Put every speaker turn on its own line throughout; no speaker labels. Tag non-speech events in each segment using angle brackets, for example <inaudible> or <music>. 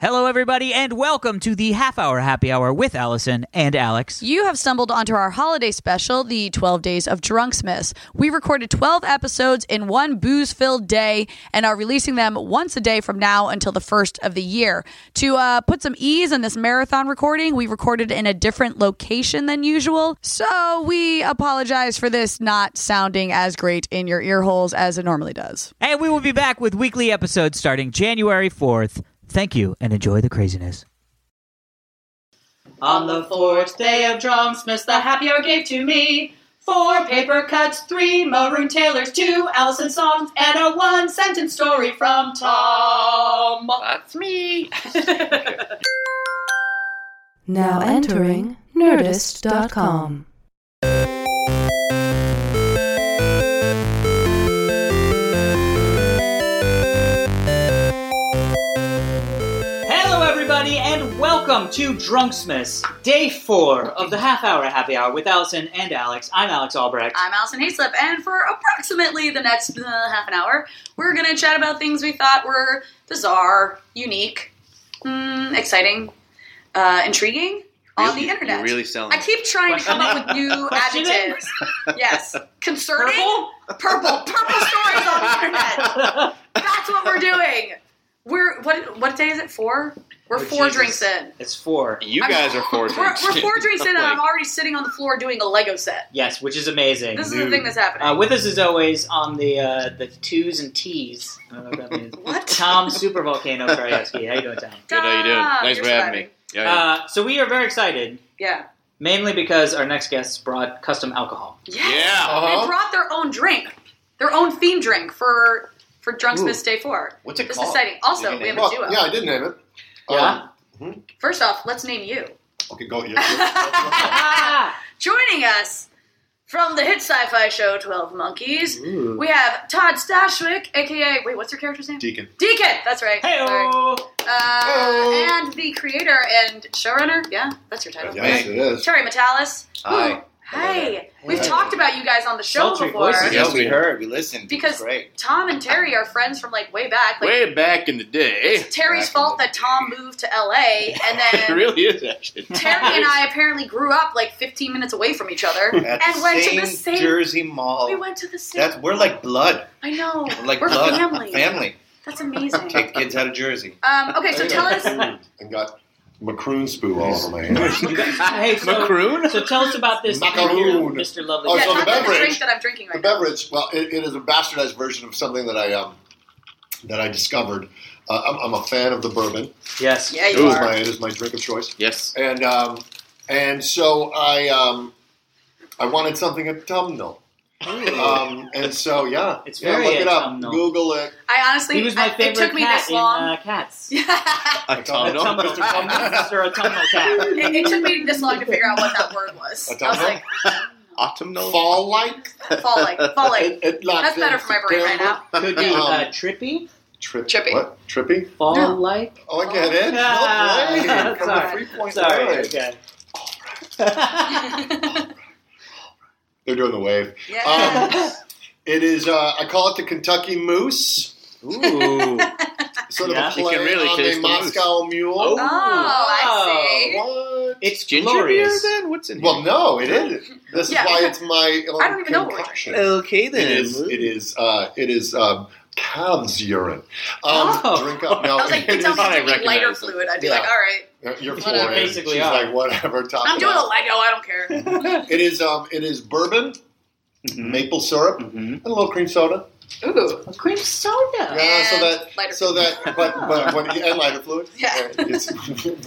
Hello, everybody, and welcome to the half hour happy hour with Allison and Alex.
You have stumbled onto our holiday special, the 12 Days of Drunksmiths. We recorded 12 episodes in one booze filled day and are releasing them once a day from now until the first of the year. To uh, put some ease in this marathon recording, we recorded in a different location than usual. So we apologize for this not sounding as great in your ear holes as it normally does.
And we will be back with weekly episodes starting January 4th. Thank you and enjoy the craziness.
On the fourth day of Drumsmiths, the happy hour gave to me four paper cuts, three maroon tailors, two Allison songs, and a one sentence story from Tom.
That's me.
Now entering Nerdist.com.
Hello, everybody, and welcome to Drunksmiths, day four of the half hour happy hour with Allison and Alex. I'm Alex Albrecht.
I'm Allison Hayslip, and for approximately the next uh, half an hour, we're going to chat about things we thought were bizarre, unique, mm, exciting, uh, intriguing on
Really?
the internet.
You're really selling
I
it.
keep trying to come up with
<laughs>
new
Questioning?
adjectives. Yes, concerning, purple, purple stories on the
<laughs>
internet. That's what we're doing. We're what? What day is it? Four. We're
Oh,
four
Jesus.
drinks in.
<laughs> it's four.
You
I'm- <laughs>
guys are four
We're,
drinks.
we're four
<laughs>
drinks in, and I'm
Like,
already sitting on the floor doing a Lego set.
Yes, which is amazing.
This is the thing that's happening.
Uh, with us as always on the uh, the twos
<laughs>
and T's. I don't know what that means.
What?
Tom Super Volcano Krajewski. How you doing, Tom?
Good, how you doing?
Stop.
Thanks
You're
for having
surviving.
me. Yeah, yeah.
Uh, so we are very excited,
Yeah.
mainly because our next guests brought custom alcohol.
Yes.
Yeah, uh-huh.
They brought their own drink, their own theme drink for for Drunksmith's
Ooh.
Day Four.
What's it
This
called?
is exciting. Also,
Did you
we
name
have
it?
a
Well,
duo.
yeah, I did name it.
Yeah?
First off, let's name you.
Okay, go. Yeah, yeah.
Ah!
Joining us from the hit sci-fi show Twelve Monkeys,
Ooh.
we have Todd Stashwick, aka wait, what's your character's name?
Deacon.
Deacon. That's right. Sorry.
Hey-o!
Uh,
Hey-o.
and the creator and showrunner. Yeah, that's your title.
Yes, it is.
Terry Metalis.
Hi.
Hey, we've
Hey.
talked about you guys on the show
Sultry
before.
voices.
Yeah,
Yes,
we
we
heard. We listened.
Because-
It's great.
Tom and Terry are friends from like way back. Like,
Way back in the day.
it's Terry's
Back in
fault
the
that Tom moved to LA, and
<laughs> it
then
really
<laughs>
is, actually.
Terry and I apparently grew up like 15 minutes away from each other,
<laughs> At
and
the
went
same
to the same.
Jersey Mall.
We went to the same.
That's we're like blood.
I know.
We're like
We're
blood.
family.
Family.
That's amazing.
Take kids out of Jersey.
Um, okay, so tell
<laughs> Oh,
us.
And got macaroon spoo all over my hands.
You guys- hey, so,
Macaroon?
so tell us about this
Macaroon.
Mr. Lovely.
Oh,
yeah,
so
talk
the
about the
beverage-
drink that I'm drinking
the
right now.
beverage, well, it, it is a bastardized version of something that I um, that I discovered. Uh, I'm, I'm a fan of the bourbon.
yes.
Yeah,
It
you
Ooh.
is
are.
my it is my drink of choice.
Yes.
And um, and so I um, I wanted something autumnal. Um, and so yeah,
It's
yeah,
very
look it up.
autumnal.
Google it.
I honestly,
He was my
I-
favorite
it took me
cat
this long.
in uh, Cats.
Autumnal.
Autumnal. Mr. Autumnal- Mr. Autumnal Cat.
<laughs> it, it took me this long to figure out what that word was. I was like,
Autumnal.
Fall like.
fall like, fall like.
It- it locks
That's better
in
for my brain right
September.
now.
Could be uh, trippy,
Tri-
Trippy.
What? Trippy?
No.
fall-like.
Oh, I get it.
Ah, <laughs>
No way. Come on,
sorry.
3.9.
Sorry, okay.
They're doing the wave.
<laughs> yeah.
Um, it is. Uh, I call it the Kentucky Moose.
<laughs>
Ooh.
Sort
Yeah.
of a
You
play
can really
on
taste the
the Moscow Mule.
Oh.
oh, I see.
What?
<laughs> It's
Ginger
glorious.
beer then? What's in
Well, no, it is. This
Yeah.
is why it's my own
I don't even know what we're
concoction.
here? Okay
it is. It is. Uh, it is. Um, calves urine. Um,
Oh.
Drink up. No,
I
<laughs>
was like, you
it <laughs>
tell me
I
to drink lighter
recognize it.
fluid. I'd be
Yeah.
like, all right,
is- you're
Whatever.
four. She's
Basically are.
like, whatever. Talk
I'm doing a
about.
Lego. I don't
<laughs>
care.
It is. Um, it is bourbon,
Mm-hmm.
Mhm.
maple syrup,
Mhm.
and a little cream soda.
Ooh,
Cream soda.
Yeah, so
And
that
lighter
so that but
<laughs>
but when and lighter fluid.
Yeah.
It's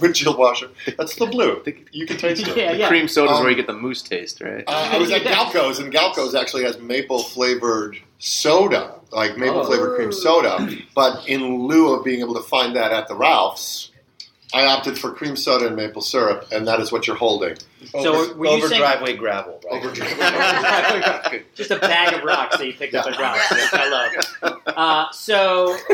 <laughs> windshield washer. That's the blue. You
<laughs>
can taste it.
Yeah,
The
yeah.
cream soda's
Um,
where you get the moose taste,
Oh,
right?
Uh, I
<laughs>
was at
Yeah.
Galco's, and Galco's actually has maple flavored soda, like maple flavored
Oh.
cream soda. But in lieu of being able to find that at the Ralph's, I opted for cream soda and maple syrup, and that is what you're holding.
So
over,
were you
over
saying-
driveway gravel. Right? <laughs>
Over
driveway. Just a bag of rocks that you picked up at rocks. Yes, I love. Uh, so <laughs>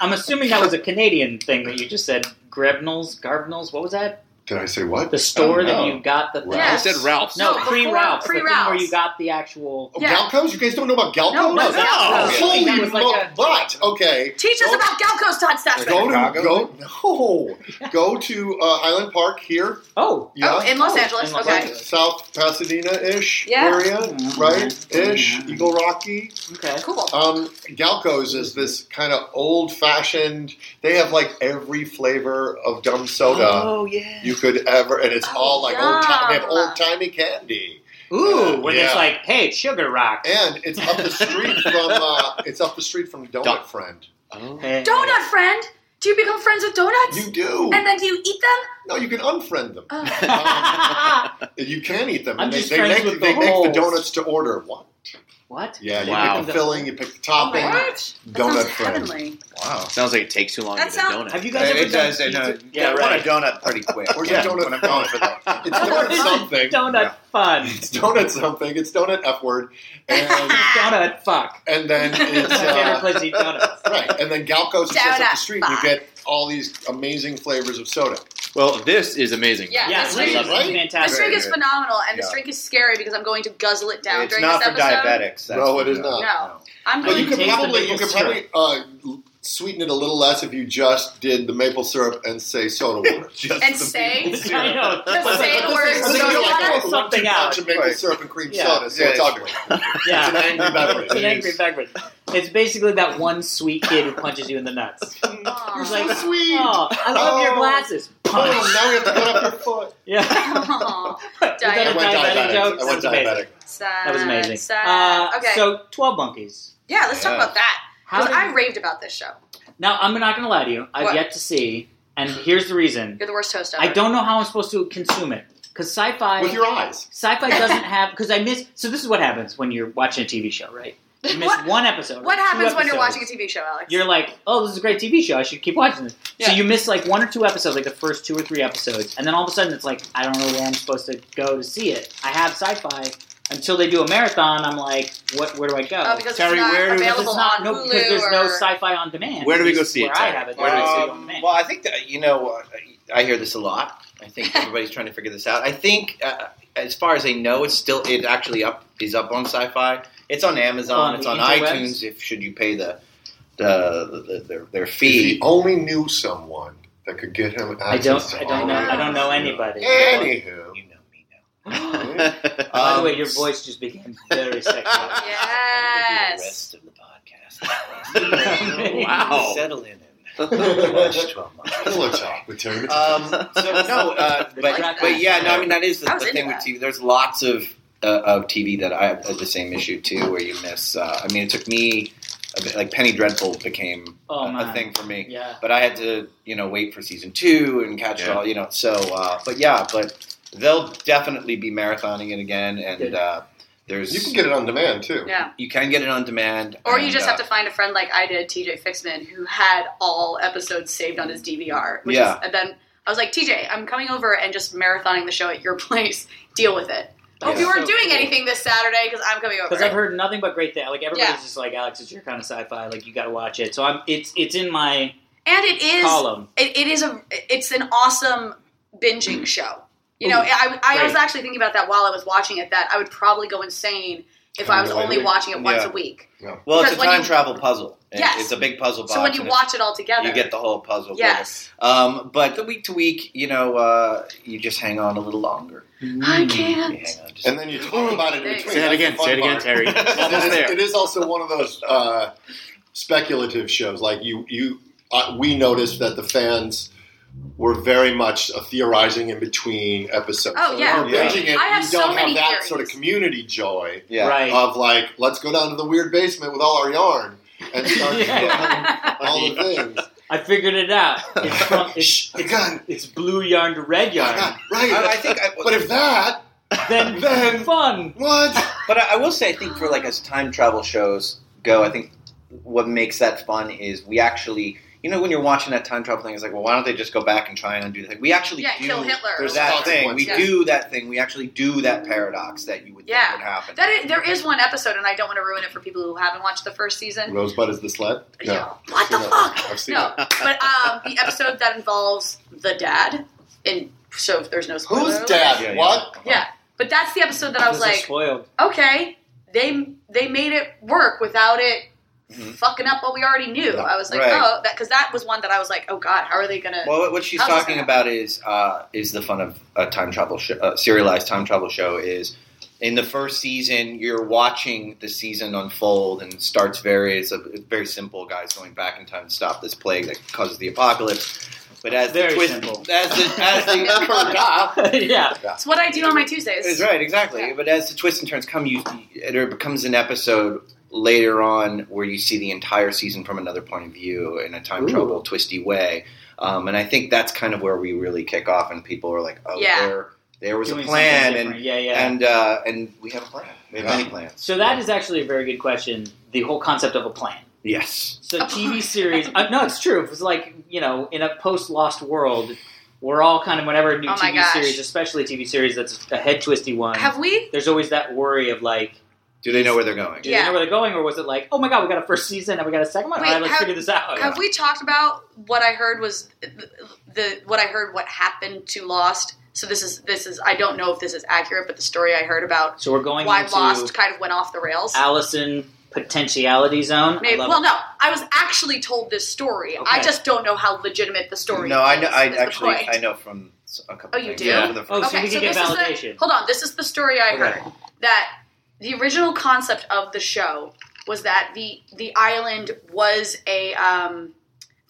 I'm assuming that was a Canadian thing that you just said. Grebnels, Garbnels, what was that?
Did I say what?
The store
I don't
that
know.
you got the thing.
Oh, Wow. Yes.
I said Ralph's.
No,
No,
pre Ralphs.
before
The thing where
pre-Ralphs.
you got the actual.
Oh,
Yeah.
Galco's? You guys don't know about Galco's?
No, no,
no.
Oh Holy
That was like
mo-
a-
But,
oh,
okay.
Teach us
Go-
about Galco's Todd Statsman.
Go to,
Chicago?
go, no. Go to uh, Highland Park here.
Oh,
Oh,
Yeah.
in Los Angeles.
in Los
okay.
Like South Pasadena ish
Yeah.
area,
Mhm.
right? Ish,
Mhm.
Eagle Rocky.
okay.
Cool.
Um, Galco's is this kind of old fashioned, they have like every flavor of dumb soda
Oh. yeah.
you could ever, and it's all like old time, they have
Yum.
old timey candy.
Ooh, when it's
Yeah.
like, hey, it's Sugar Rock.
And it's up the street from, uh, it's up the street from Donut
Dun-
Friend.
Oh.
Hey.
<laughs>
Donut friend? Do you become friends with donuts?
You do.
and then do you eat them?
No, you can unfriend them.
Oh.
Um, you can eat them.
Uh, I'm
And they
just
they,
friends
make,
with
they
the
make the
holes.
donuts to order. What?
<laughs> what?
Yeah, you
Wow.
pick the filling, you pick the topping.
What? That
Donut
sounds
friend.
heavenly.
Wow.
Sounds like it takes too long
That
to get
sound-
a donut.
Have you guys
It,
ever
it
done
does. I
pizza-
know.
Yeah,
I want
right.
a donut pretty quick.
Where's
yeah,
the donut
when I'm going for that.
<laughs>
It's donut something.
Donut fun.
<laughs> It's donut something. It's donut F word. And,
donut
<laughs>
fuck.
and
<laughs>
then
That's
it's.
my favorite
Uh,
place to eat donuts.
right. And then Galco's is just up the
Donut
street.
fuck.
You get all these amazing flavors of soda.
well, this is amazing.
Yeah,
Yeah,
this
this
drink
is
is- right?
This
<laughs> fantastic.
drink is
Very good.
phenomenal, and this
Yeah.
drink is scary because I'm going to guzzle it down
<laughs> it's
during
not
this
for
episode.
diabetics. That's
No, it is
for-
not.
No, I'm
But
going.
you
can
could
taste the
probably you
maple
could probably uh, sweeten it a little less if you just did the maple syrup and say soda water.
<laughs> Just
And
<laughs>
the
say-
people
It's-
do
I
it.
know.
Just say the word
But then
soda
you
water.
like a
Something
one-two
out.
punch of maple
Right.
syrup and cream
Yeah.
soda, so
Yeah,
it's
it's-
ugly.
Yeah.
It's an angry beverage.
It's an angry beverage. It's basically that one sweet kid who punches you in the nuts.
<laughs> Aw.
You're
It's
so
like,
sweet.
Oh, I love your
Oh.
glasses.
Boom,
Oh,
Punch.
now we have to cut up your foot.
Yeah. <laughs>
Aw.
Is that
I
a
I went
diabetic
diabetic.
joke?
I went
That's amazing.
diabetic.
<laughs> Sad,
That was amazing.
Sad.
Uh,
okay,
So, 12 Monkeys.
yeah, let's talk
Yeah.
about that.
How
Because
did
I raved about this show.
Now, I'm not going to lie to you. I've
What?
yet to see, and here's the reason.
You're the worst host ever.
I don't know how I'm supposed to consume it. Because sci fi.
With your eyes.
Sci-fi doesn't have because I miss. So this is what happens when you're watching a TV show, right? You miss
What-
one episode. or
What
two
happens when you're
episodes.
watching a TV show, Alex?
You're like, oh, this is a great TV show. I should keep watching this. So
Yeah.
you miss like one or two episodes, like the first two or three episodes, and then all of a sudden it's like, I don't know where I'm supposed to go to see it. I have sci-fi until they do a marathon. I'm like, what? Where do I go?
oh, because
Terry,
it's not
where do-
Because
available
it's not
on
no,
Hulu
because there's no
or-
sci-fi on demand.
Where do we
At
go
least
see it,
Where I
Terry?
have it.
Where do we see
it
it?
on
Um,
demand?
well, I think that, you know, uh, I hear this a lot. I
<laughs>
think everybody's trying to figure this out. I think, uh, as far as I know, it's still it actually up is up on Sci-Fi. It's on Amazon.
On
it's
the
on
interwebs?
iTunes. If should you pay the the, the, their their
If he
fee?
only knew someone that could get him
I don't.
access to
I
all
don't know.
of
I don't know
that.
anybody.
Anywho.
You know me now.
<laughs> By the
Um,
way, your voice just became very
<laughs>
sexual. <laughs>
The
Yes.
rest of the
<laughs>
podcast.
Wow.
Settle in. and <laughs> watch 12 months.
Pillow talk with Terry McTaggart.
Um, so no,
<laughs>
uh,
The
but
Jack-
but yeah, no. I mean that is the,
I was
the
into
thing with
that.
TV. There's lots of uh, of TV that I have the same issue too, where you miss. Uh, I mean, it took me a bit, like Penny Dreadful became
Oh,
a- a,
man.
thing for me,
Yeah.
but I had to you know wait for season two and catch it
Yeah.
all. You know, so uh, but yeah, but they'll definitely be marathoning it again,
Good.
and uh, there's
You can get it on demand too.
Yeah.
you can get it on demand,
Or you
and,
just
uh,
have to find a friend like I did, TJ Fixman, who had all episodes saved on his DVR. Which
Yeah.
Is, and then I was like, TJ, I'm coming over and just marathoning the show at your <laughs> place. Deal with it. Hope
That's
you Oh, weren't
so
doing
cool.
anything this Saturday because I'm coming over.
Because I've heard nothing but great things. Like everybody's
Yeah.
just like, Alex, it's your kind of sci-fi. Like you got to watch it. So I'm. It's it's in my
and it is
column.
it, it is a it's an awesome binging show. You know,
Ooh,
I, I was
great.
actually thinking about that while I was watching it. That I would probably go insane if I was
Really?
only watching it once
Yeah.
a week.
well, it's a
because when you-
time travel puzzle. It-
Yes.
it's a big puzzle box.
So when you
and
watch it all
it,
together,
you get the whole puzzle.
yes,
Um, but the week to week, you know, uh, you just hang on a little longer.
I
You
can't.
hang on just
And then you talk about it in
Oh, Thanks.
<laughs>
between.
Say that
That's
again.
the fun
Say it again,
<laughs>
part.
Terry. Almost
it, is,
there.
it is also one of those uh, speculative shows. Like you, you, uh, we noticed that the fans were very much uh, theorizing in between episodes.
Oh,
So
yeah.
when you're binging it,
I have
you
so
don't
many
have that
theories.
sort of community joy
yeah.
Right.
of like, let's go down to the weird basement with all our yarn
<laughs>
and start
Yeah.
all the things.
I figured
<laughs>
it out. It's, from, it's,
Shh, I got it.
it's blue yarn to red
I
yarn.
<laughs>
got it. Right.
I, I think, I,
but if that,
Then
Then-
fun.
what?
but I, I will say, I think for like as time travel shows go, I think what makes that fun is we actually, you know, when you're watching that time travel thing, it's like, well, why don't they just go back and try and undo the thing? We actually
yeah,
do
kill Hitler.
there's
that thing. We
Yeah.
do that thing. We actually do that paradox that you would
Yeah.
think would happen.
<laughs> That is, there is one episode, and I don't want to ruin it for people who haven't watched the first season.
Rosebud is the sled. No.
Yeah. What the
Seen that
fuck?
one. I've seen
No, but um, the episode that involves the dad in so if there's no spoiler.
Who's
alert-
dad?
Yeah, yeah.
What?
Yeah, but that's the episode that I was
Those are
like,
spoiled.
okay, they they made it work without it
Mhm.
fucking up what we already knew.
Yeah.
I was like,
Right.
oh, that because that was one that I was like, oh god, how are they gonna?
Well, what- what she's
How's this
talking
gonna-
about is uh, is the fun of a time travel show, uh, serialized time travel show. Is in the first season, you're watching the season unfold and it starts very it's a it's very simple. Guys going back in time to stop this plague that causes the apocalypse. But as
Very
the twist,
simple.
as the as the <laughs>
ah.
Forgot.
<laughs> yeah.
it's what I do on my Tuesdays.
It's right, exactly.
Yeah.
But as the twists and turns come, you it becomes an episode later on where you see the entire season from another point of view in a time
Ooh.
travel twisty way. Um, and I think that's kind of where we really kick off, and people are like, "Oh,
Yeah.
there, there was
Doing
a
something
plan,
different.
and
yeah, yeah.
and uh, and we have a plan. We have
Yeah.
many plans."
so that is actually a very good question. The whole concept of a plan.
yes,
So TV series. Uh, no, it's true. It was like you know, in a post Lost world, we're all kind of whenever a new
Oh my
TV
gosh.
series, especially a TV series that's a head twisty one.
Have we?
there's always that worry of like,
do they know where they're going?
do
Yeah.
they know where they're going, or was it like, oh my god, we got a first season and we got a second one?
Wait,
All right, let's
have-
figure this
Oh,
out.
Have we talked about what I heard was the, the what I heard what happened to Lost? So this is this is I don't know if this is accurate, but the story I heard about
so we're going
why
into
Lost kind of went off the rails.
Allison potentiality zone. I
Maybe,
love
well,
it.
no, I was actually told this story. I
Okay.
just don't know how legitimate the story.
No, I know.
is,
I
is the
actually
point.
I know from a couple.
Oh, you
things.
do?
Yeah, from the
Oh,
first-
so you can
this is
get
the-
validation.
hold on, this is the story I
Okay.
heard that the original concept of the show was that the the island was a um,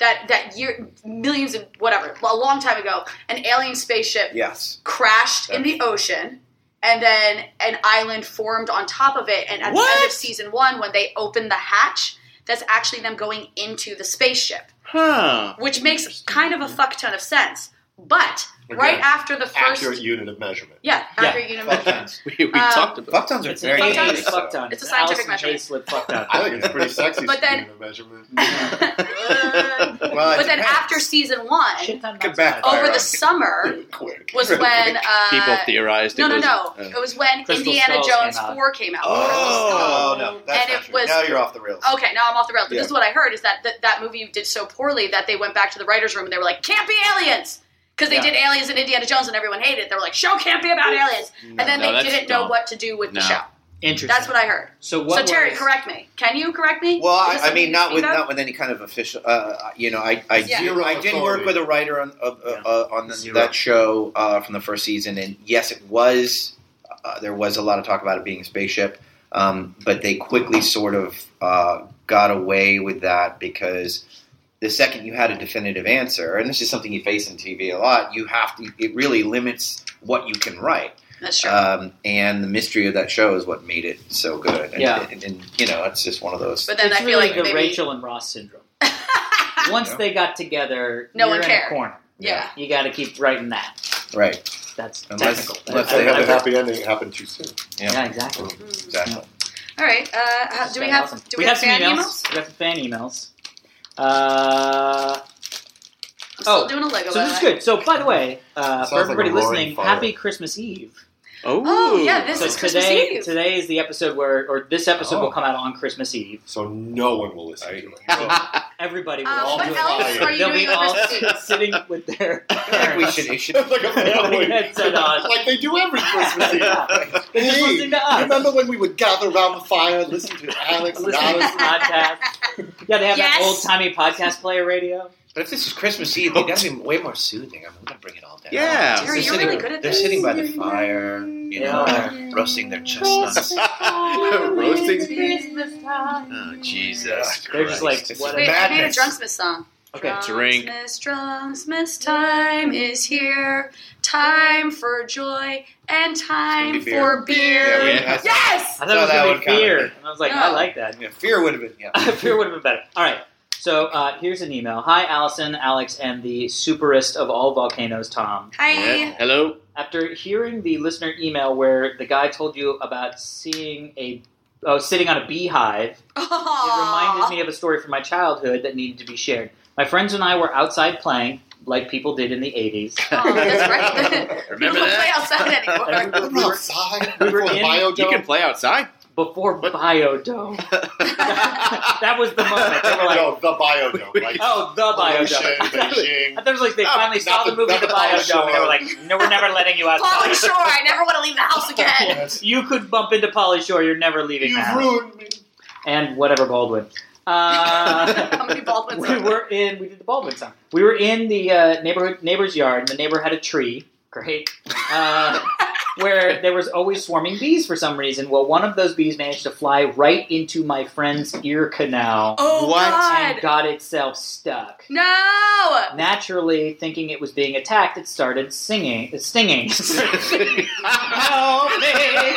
that that year millions of whatever a long time ago an alien spaceship
Yes.
crashed in the ocean and then an island formed on top of it and at the end of season one when they open the hatch that's actually them going into the spaceship
Huh. <laughs>
which makes kind of a fuck ton of sense but
Again,
right after the first
Accurate unit of measurement.
yeah
<laughs>
after you
Fuck tons.
We, we
Uh,
talked about
Fuck tons are
It's
very
an
fuck tons.
alien
dangerous.
dangerous.
fuck ton.
It's a
an
scientific
Allison
measurement.
Hayslip
<laughs>
fuck ton.
I think it's pretty sexy.
But then-
unit of measurement.
<laughs>
<laughs> Uh,
Well, it
but then
depends.
after season one
Shit ton
Get
box
back.
cuts.
over
Fire
the
on.
summer
Quick.
was
<laughs>
when uh,
people theorized.
no
it
no
was,
no
uh,
it was when
Crystal
Indiana
Skulls
Jones
came out.
four came out
Oh, no, that's
And
not
it
true.
was- Oh,
now you're off the rails.
Okay, now I'm off the rails. But
Yeah.
this is what I heard is that th- that movie did so poorly that they went back to the writers' room and they were like, "Can't be aliens," because they
Yeah.
did aliens in Indiana Jones and everyone hated it. They were like, "Show can't be about aliens," and then
No,
they
that's
didn't know
dumb.
what to do with the
No.
show.
Interesting.
That's what I heard.
So what?
so Terry,
was-
correct me. Can you correct me?
Well,
Is this
I, I
something
mean,
you
not with
speak of?
not with any kind of official. Uh, you know, I I,
Yeah.
Zero
I did
authority.
work with a writer on of, uh,
Yeah.
uh, on the,
Zero.
that show uh, from the first season, and yes, it was. Uh, there was a lot of talk about it being a spaceship, um, but they quickly sort of uh, got away with that because the second you had a definitive answer, and this is something you face in TV a lot, you have to. It really limits what you can write.
That's true.
Um, and the mystery of that show is what made it so good. And,
Yeah.
and, and, you know, it's just one of those.
but then
it's
I feel
really
like
the
maybe
Rachel and Ross
<laughs>
syndrome. Once
Yeah.
they got together,
No
you're
one
in
cared.
a corner.
yeah.
You got to keep writing that.
right.
That's
Unless-
technical.
unless
I-
They have
I-
a happy ending. It happened too soon.
Yeah.
Yeah, exactly.
Exactly.
Mm. All right. Uh, how- do we have
Awesome.
do we, have,
some
fan
emails.
emails?
We have some fan emails. Uh,
I'm still
Oh,
doing a Lego.
so
by
this is
the way.
good. So by the way, uh,
Sounds
for
like
everybody
a roaring
listening,
fire.
happy Christmas Eve.
Oh,
Oh, yeah, this
<laughs>
so
is Christmas
today,
Eve.
today is the episode where, or this episode
Oh.
will come out on Christmas Eve.
So no one will listen
Right.
to it.
Oh,
Everybody will
Um,
all
but
do it.
Elvis, are
you
They'll be
doing
all
Christmas Eve?
<laughs> sitting with their.
I think we
parents. <laughs>
should.
<laughs>
It should
It's like a family.
Headset on.
<laughs> like they do every <laughs> Christmas Eve.
uh, Yeah. They're just
Hey,
listening to us.
Remember when we would gather around the fire and listen to
<laughs>
Alex and
Listening to this
Alice?
podcast. Yeah, they have that
Yes.
old timey podcast player radio.
but if this is Christmas Eve, it got to be way more soothing. I'm going to bring it all down.
Yeah.
Terry,
They're
you're
sitting-
really good at
They're
this.
sitting by the fire, you know,
Yeah.
they're roasting
<laughs>
their chestnuts.
<laughs> roasting.
Christmas time.
Oh, Jesus.
They're just
Christ.
like, what
Wait, I made a
Madness.
Drunksmith song.
Okay.
drink.
Drunksmith's, Drunksmith's time is here. Time for joy and time
It's gonna be beer.
for beer.
Yeah, we-
Yes!
I thought it was
Saw that
gonna
one
be
coming.
fear, and I was like, I
No.
like that.
Yeah, fear would have been.
<laughs>
Yeah.
fear would have been better. All right. So uh, here's an email. Hi, Allison, Alex, and the superest of all volcanoes, Tom.
Hi. <laughs>
Yeah. Hello.
After hearing the listener email where the guy told you about seeing a oh sitting on a beehive. It reminded me of a story from my childhood that needed to be shared. My friends and I were outside playing, like people did in the 80s.
Oh, that's right. <laughs>
<laughs> Remember
we don't play
that? <laughs>
outside anymore.
And we were-
Remember outside?
We were
Before
in-
<laughs>
biodome?
You can play outside.
before Biodome. that was the moment. They were like,
<laughs> no, the biodome.
<laughs>
Like,
oh, the
pollution,
<laughs> Biodome.
Beijing.
I thought it was like they
No,
finally saw
not
the
the-
movie
not
The
the Polly
Biodome and they were
Shore.
like, no, we're never letting you out.
Polly Shore, I never want to leave the house
<laughs>
again.
Yes.
You could bump into Polly Shore, you're never leaving
You've
that.
ruined me.
And whatever Baldwin. Uh,
How many Baldwin's
<laughs> we were in. We did the Baldwin song. We were in the uh, neighborhood neighbor's yard, and the neighbor had a tree. Great.
<laughs>
Uh, where there was always swarming bees for some reason. Well, one of those bees managed to fly right into my friend's ear canal
Oh
What?
and
God!
got itself stuck.
No!
Naturally, thinking it was being attacked, it started singing, uh,
<laughs>
stinging. Help me! I'm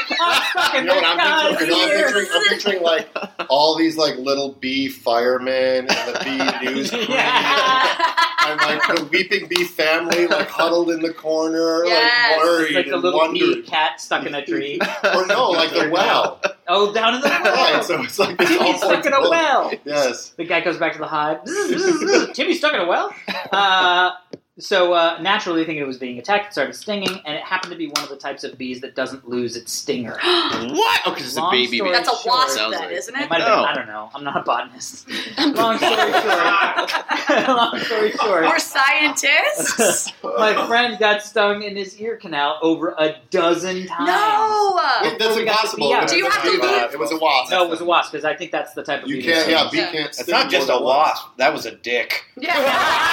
stuck
You
in
know what
the
I'm
guy's
picturing? You know
ear.
what I'm picturing? I'm picturing like all these like little bee firemen and the
<laughs>
bee news crew
Yeah.
Uh,
and like the weeping bee family like huddled in the corner,
Yes.
like worried
It's like the
and
little bee
wondered.
cat stuck
<laughs>
in a tree.
Or no, like the well.
Oh, down in the
right.
well.
So it's like this all
Timmy's stuck
sorts
in
of-
a well.
Yes.
The guy goes back to the hive. <laughs> Zzz, zzz, zzz. Timmy's stuck in a well. Uh, so uh, naturally, thinking it was being attacked, it started stinging, and it happened to be one of the types of bees that doesn't lose its stinger.
What? Oh, because it's a
Long
baby.
story
bee.
<laughs> That's a
Sure.
wasp,
Sounds
then,
like-
isn't
It
it?
might have
No.
Oh.
been. I don't know. I'm not a botanist. <laughs> Long story
<laughs>
short. Long story short.
Or
<laughs>
scientists?
Uh,
My friend got stung in his ear canal over a dozen times.
no!
Wait, that's
we got the bee
impossible.
out.
Do you have to
It was a-
leave?
Uh,
uh, It was a wasp.
No, it was a wasp because I think that's the type of
You
bee
can't.
that-
Yeah, bee
Yeah.
can't.
It's not just a wasp. That was a dick.
<laughs> Yeah.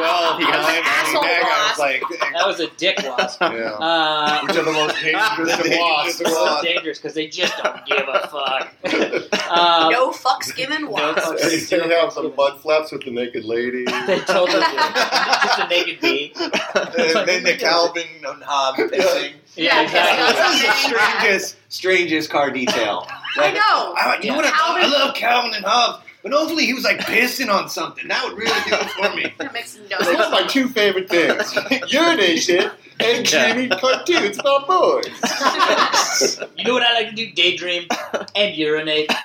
Well, he
That was
got
an asshole
I was
wasp.
like,
That was a dick
<laughs>
wasp.
Yeah.
Uh,
Which are the most dangerous of wasps.
it's so dangerous because they just don't give a fuck. Um,
No fucks given <laughs> wasp.
fucks.
They still have some mud flaps with the naked lady.
They told us just a naked bee.
<laughs>
and then the Calvin and Hobbes pissing.
<laughs> Yeah,
exactly.
That's the strangest, strangest car detail.
<laughs> I know.
I, you
Yeah.
would've thought- I
Calvin-
love Calvin and Hobbes, but hopefully he was like pissing on something. That would really do it for me.
That makes no
So That's
sense.
my two favorite things: urination and dreaming cartoons about boys.
You know what I like to do? Daydream and urinate. <laughs>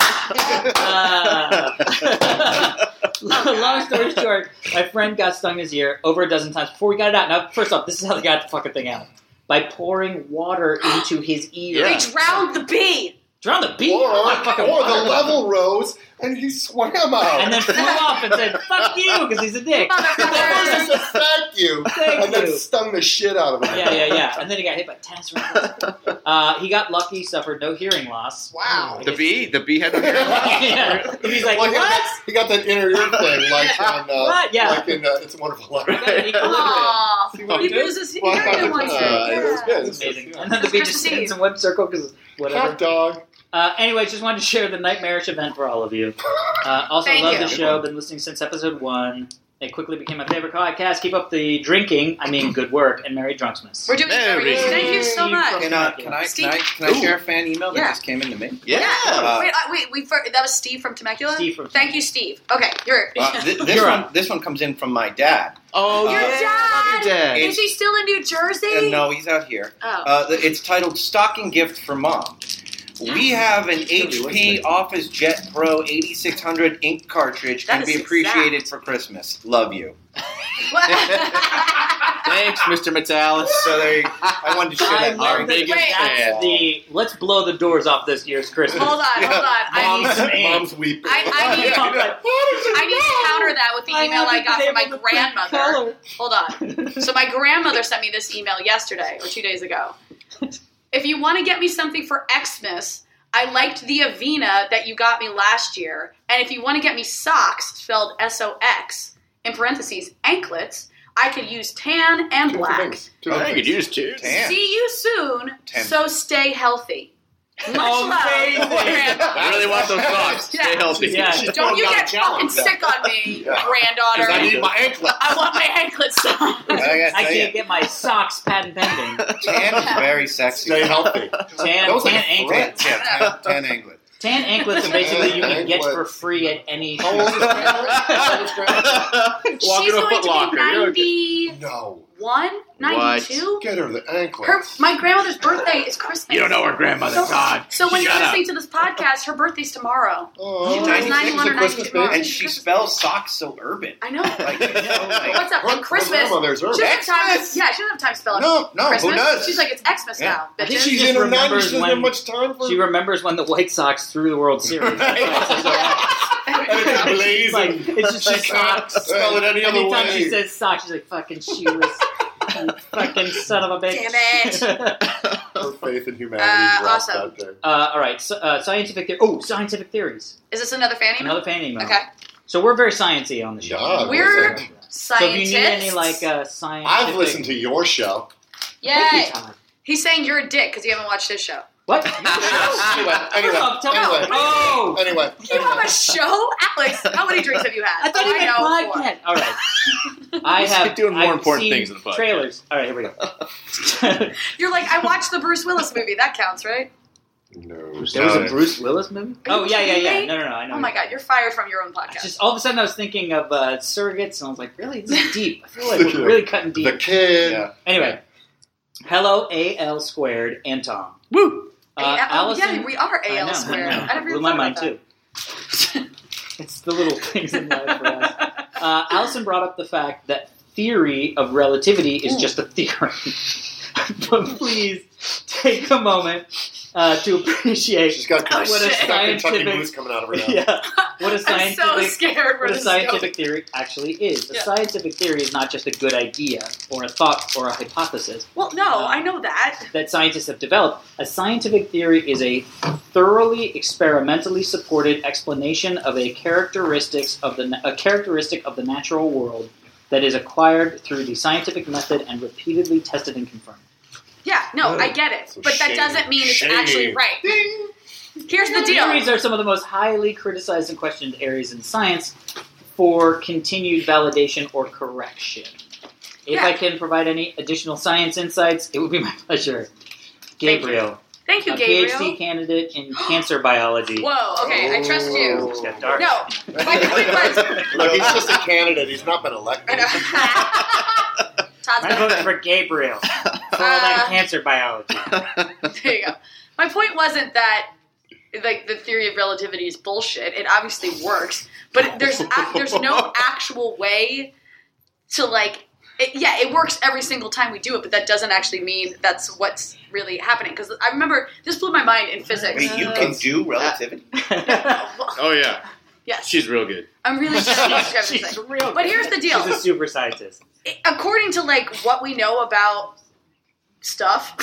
Uh, long story short, my friend got stung his ear over a dozen times before we got it out. Now, first off, this is how they got the fucking thing out by pouring water into his ear.
They drowned the bee.
Drown the bee.
Or,
I'm not <laughs> fucking
or
water.
the level rose, and he swam out.
And then <laughs>
<laughs>
flew off and said, "Fuck you," because he's
<laughs>
a dick. <laughs>
that
Motherfucker.
was just a thank you,
Thank
and then
you.
stung the shit out of him.
yeah, yeah, yeah. And then he got hit by tennis rackets. Uh, he got lucky, suffered no hearing loss.
Wow.
<laughs> The bee. The bee had the
<laughs> yeah. He's like,
Well, he,
what?
Got, he got that inner ear thing, like on, uh,
What? Yeah.
like in uh, It's a Wonderful Life.
He got an equilibrium.
Aw.
See what
Oh,
He
I did?
loses his
Well,
hair in one
uh, it was
day.
good. It was
Amazing.
good.
And then the bee
Christmas
just
Eve.
stands in web circle because whatever.
Hot dog.
Uh, anyway, just wanted to share the nightmarish event for all of you. Uh, also,
Thank
love
you.
the show. Been listening since episode one. It quickly became my favorite podcast. Keep up the drinking. I mean, good work. And Merry Drunksmas.
We're doing
Very
it.
good.
Thank you so much.
Can, uh, can I, can I, can I share a fan email that
Yeah.
just came into me?
Yeah.
Uh,
wait, I, wait, we fir- that was Steve from Temecula.
Steve from
Thank you, Steve. Okay, you're.
Uh, thi- this
You're
one,
up.
this one comes in from my dad.
Oh,
Your
yeah.
dad!
Your
<laughs>
dad.
Is he still in New Jersey?
And Uh, no, he's out here.
Oh.
Uh, the- it's titled "Stocking Gift for Mom." We have an HP Office Jet Pro 8600 ink cartridge.
That
Can be
is
appreciated for Christmas.
<laughs>
Love you.
Thanks, Mr. <laughs> Metalis.
So there, you, I wanted to share
I
that.
love
Our
that.
biggest
Wait.
fan.
That's the let's blow the doors off this year's Christmas.
hold on, hold on. I need,
Mom's-
I,
Mom's weeping.
I need,
<laughs> Yeah.
I need to counter that with the email I got from my grandmother. Hold on. So my grandmother sent me this email yesterday or two days ago. If you want to get me something for Xmas, I liked the Avena that you got me last year. And if you want to get me socks, spelled S O X, in parentheses, anklets, I could use tan and black.
Two
I
things.
could use two.
Damn.
See you soon,
Tan.
so stay healthy.
<laughs>
Much
Amazing.
love, Grandma.
I really
<laughs>
want those socks. Stay
Yeah.
healthy.
Yeah.
Don't you
Not
get fucking
challenged.
sick on me,
Yeah.
granddaughter.
I
I
need my anklet.
want my anklets on.
I
I
gotta tell
can't
you,
get my socks patent
<laughs>
pending.
tan is very sexy.
Stay
Tan,
healthy. That was like
tan
a
anklets.
threat.
Yeah, tan, tan anglet.
Tan anklets are basically you can get
Anklets.
for free at any.
How old is grandma? How old is grandma?
Walk
She's
into
going
a Foot
to be
Locker. You're okay.
90.
<laughs> No.
92?
Get her the anklet.
Her, my grandmother's birthday is Christmas.
<laughs> You don't know her grandmother,
So,
Todd.
so when you're
Shut up.
listening to this podcast, her birthday's tomorrow.
oh,
She's 96 91 or
It's a Christmas
92.
baby.
And she spells socks so urban.
I know.
Like, you know, like-
What's up?
Her-
On
her
Christmas.
grandmother's
She doesn't have time.
Xmas.
yeah, she doesn't have time to spell it.
No, no,
Christmas.
who does?
She's like, it's Xmas
Yeah.
now.
I
Bitches.
think
she's
<laughs>
just
in her 90s,
remembers
she doesn't
when-
have much time for
She remembers when the White Sox threw the World Series.
it's blazing.
like,
<laughs>
it's just, just socks.
Spell it any other
Anytime she
way.
says socks, she's like, fucking shoeless. you fucking son of a bitch.
Damn
it.
Her faith in humanity
Uh,
dropped
awesome.
out there.
<laughs> uh, all right, so, uh, scientific theory. Oh, scientific theories.
<laughs> Is this another fan email?
Another fan email.
Okay.
So we're very sciencey on the show.
Yeah,
We're
listen.
So if
Scientists.
you need any like uh, science,
I've listened to your show.
Thank
Yay.
you, Todd.
He's saying you're a dick because you haven't watched his show. <laughs>
What?
anyway, anyway,
Hold up, tell me-
anyway,
Oh,
anyway,
You have a show, Alex. How many drinks have you had? Oh,
I thought he meant
know four.
podcast. All right. I
He's
have
doing more
I've
important
seen
things in the podcast.
Trailers. All right, here we go.
You're like, I watched the Bruce Willis movie. That counts, right?
No,
There was
no.
a Bruce Willis movie.
Are you
oh yeah, yeah,
kidding
yeah.
me?
No, no, no. I know.
Oh my god, you're fired from your own
I
podcast.
Just all of a sudden, I was thinking of uh, surrogates, and I was like, really, this is deep. I feel like we're really cutting
the
deep.
kid.
Yeah.
Anyway, hello, AL squared and Tom.
Woo!
Uh,
AL
Allison,
yeah, we are
I
AL
know,
squared.
I know.
I never
blew
even
my
thought
mind
about
too. <laughs> it's the little things in
<laughs>
life for us. Uh, Allison brought up the fact that theory of relativity is just a theory. <laughs> but please take a moment uh, to appreciate
She's got
Oh,
kind
shit.
of stuck Kentucky
Scientific-
blues
<laughs>
coming out of her now.
yeah, what a
that. I'm
scientific
so scared. We're
what a
just
scientific theory actually is. A
Yeah.
scientific theory is not just a good idea or a thought or a hypothesis
Well, no, I know that.
that scientists have developed. A scientific theory is a thoroughly experimentally supported explanation of a characteristics of the a characteristic of the natural world that is acquired through the scientific method and repeatedly tested and confirmed.
Yeah, no,
Oh.
I get it.
So
But that
shady.
doesn't mean it's
Shady.
actually right. Here's the
Theories
deal.
are some of the most highly criticized and questioned areas in science for continued validation or correction. If I
Yeah.
can provide any additional science insights, it would be my pleasure. Gabriel,
Thank you,
a PhD
Gabriel.
candidate in cancer biology.
Whoa, okay, I trust you.
Just got dark.
No, my <laughs> point
<laughs>
was.
Look, he's just a candidate. He's not been
I
elected.
know. Todd's
I
got
voted for Gabriel for all that
Uh,
cancer biology.
There you go. My point wasn't that like the theory of relativity is bullshit. It obviously works, but there's a- there's
<laughs>
no actual way to like. It, yeah, it works every single time we do it, but that doesn't actually mean that's what's really happening. Because I remember this blew my mind in physics.
<laughs> Wait, you can do relativity?
Oh yeah,
<laughs> Yes,
she's real good.
I'm really.
She's- she's real. good.
But here's the deal.
She's a super scientist. <laughs>
According to like what we know about stuff,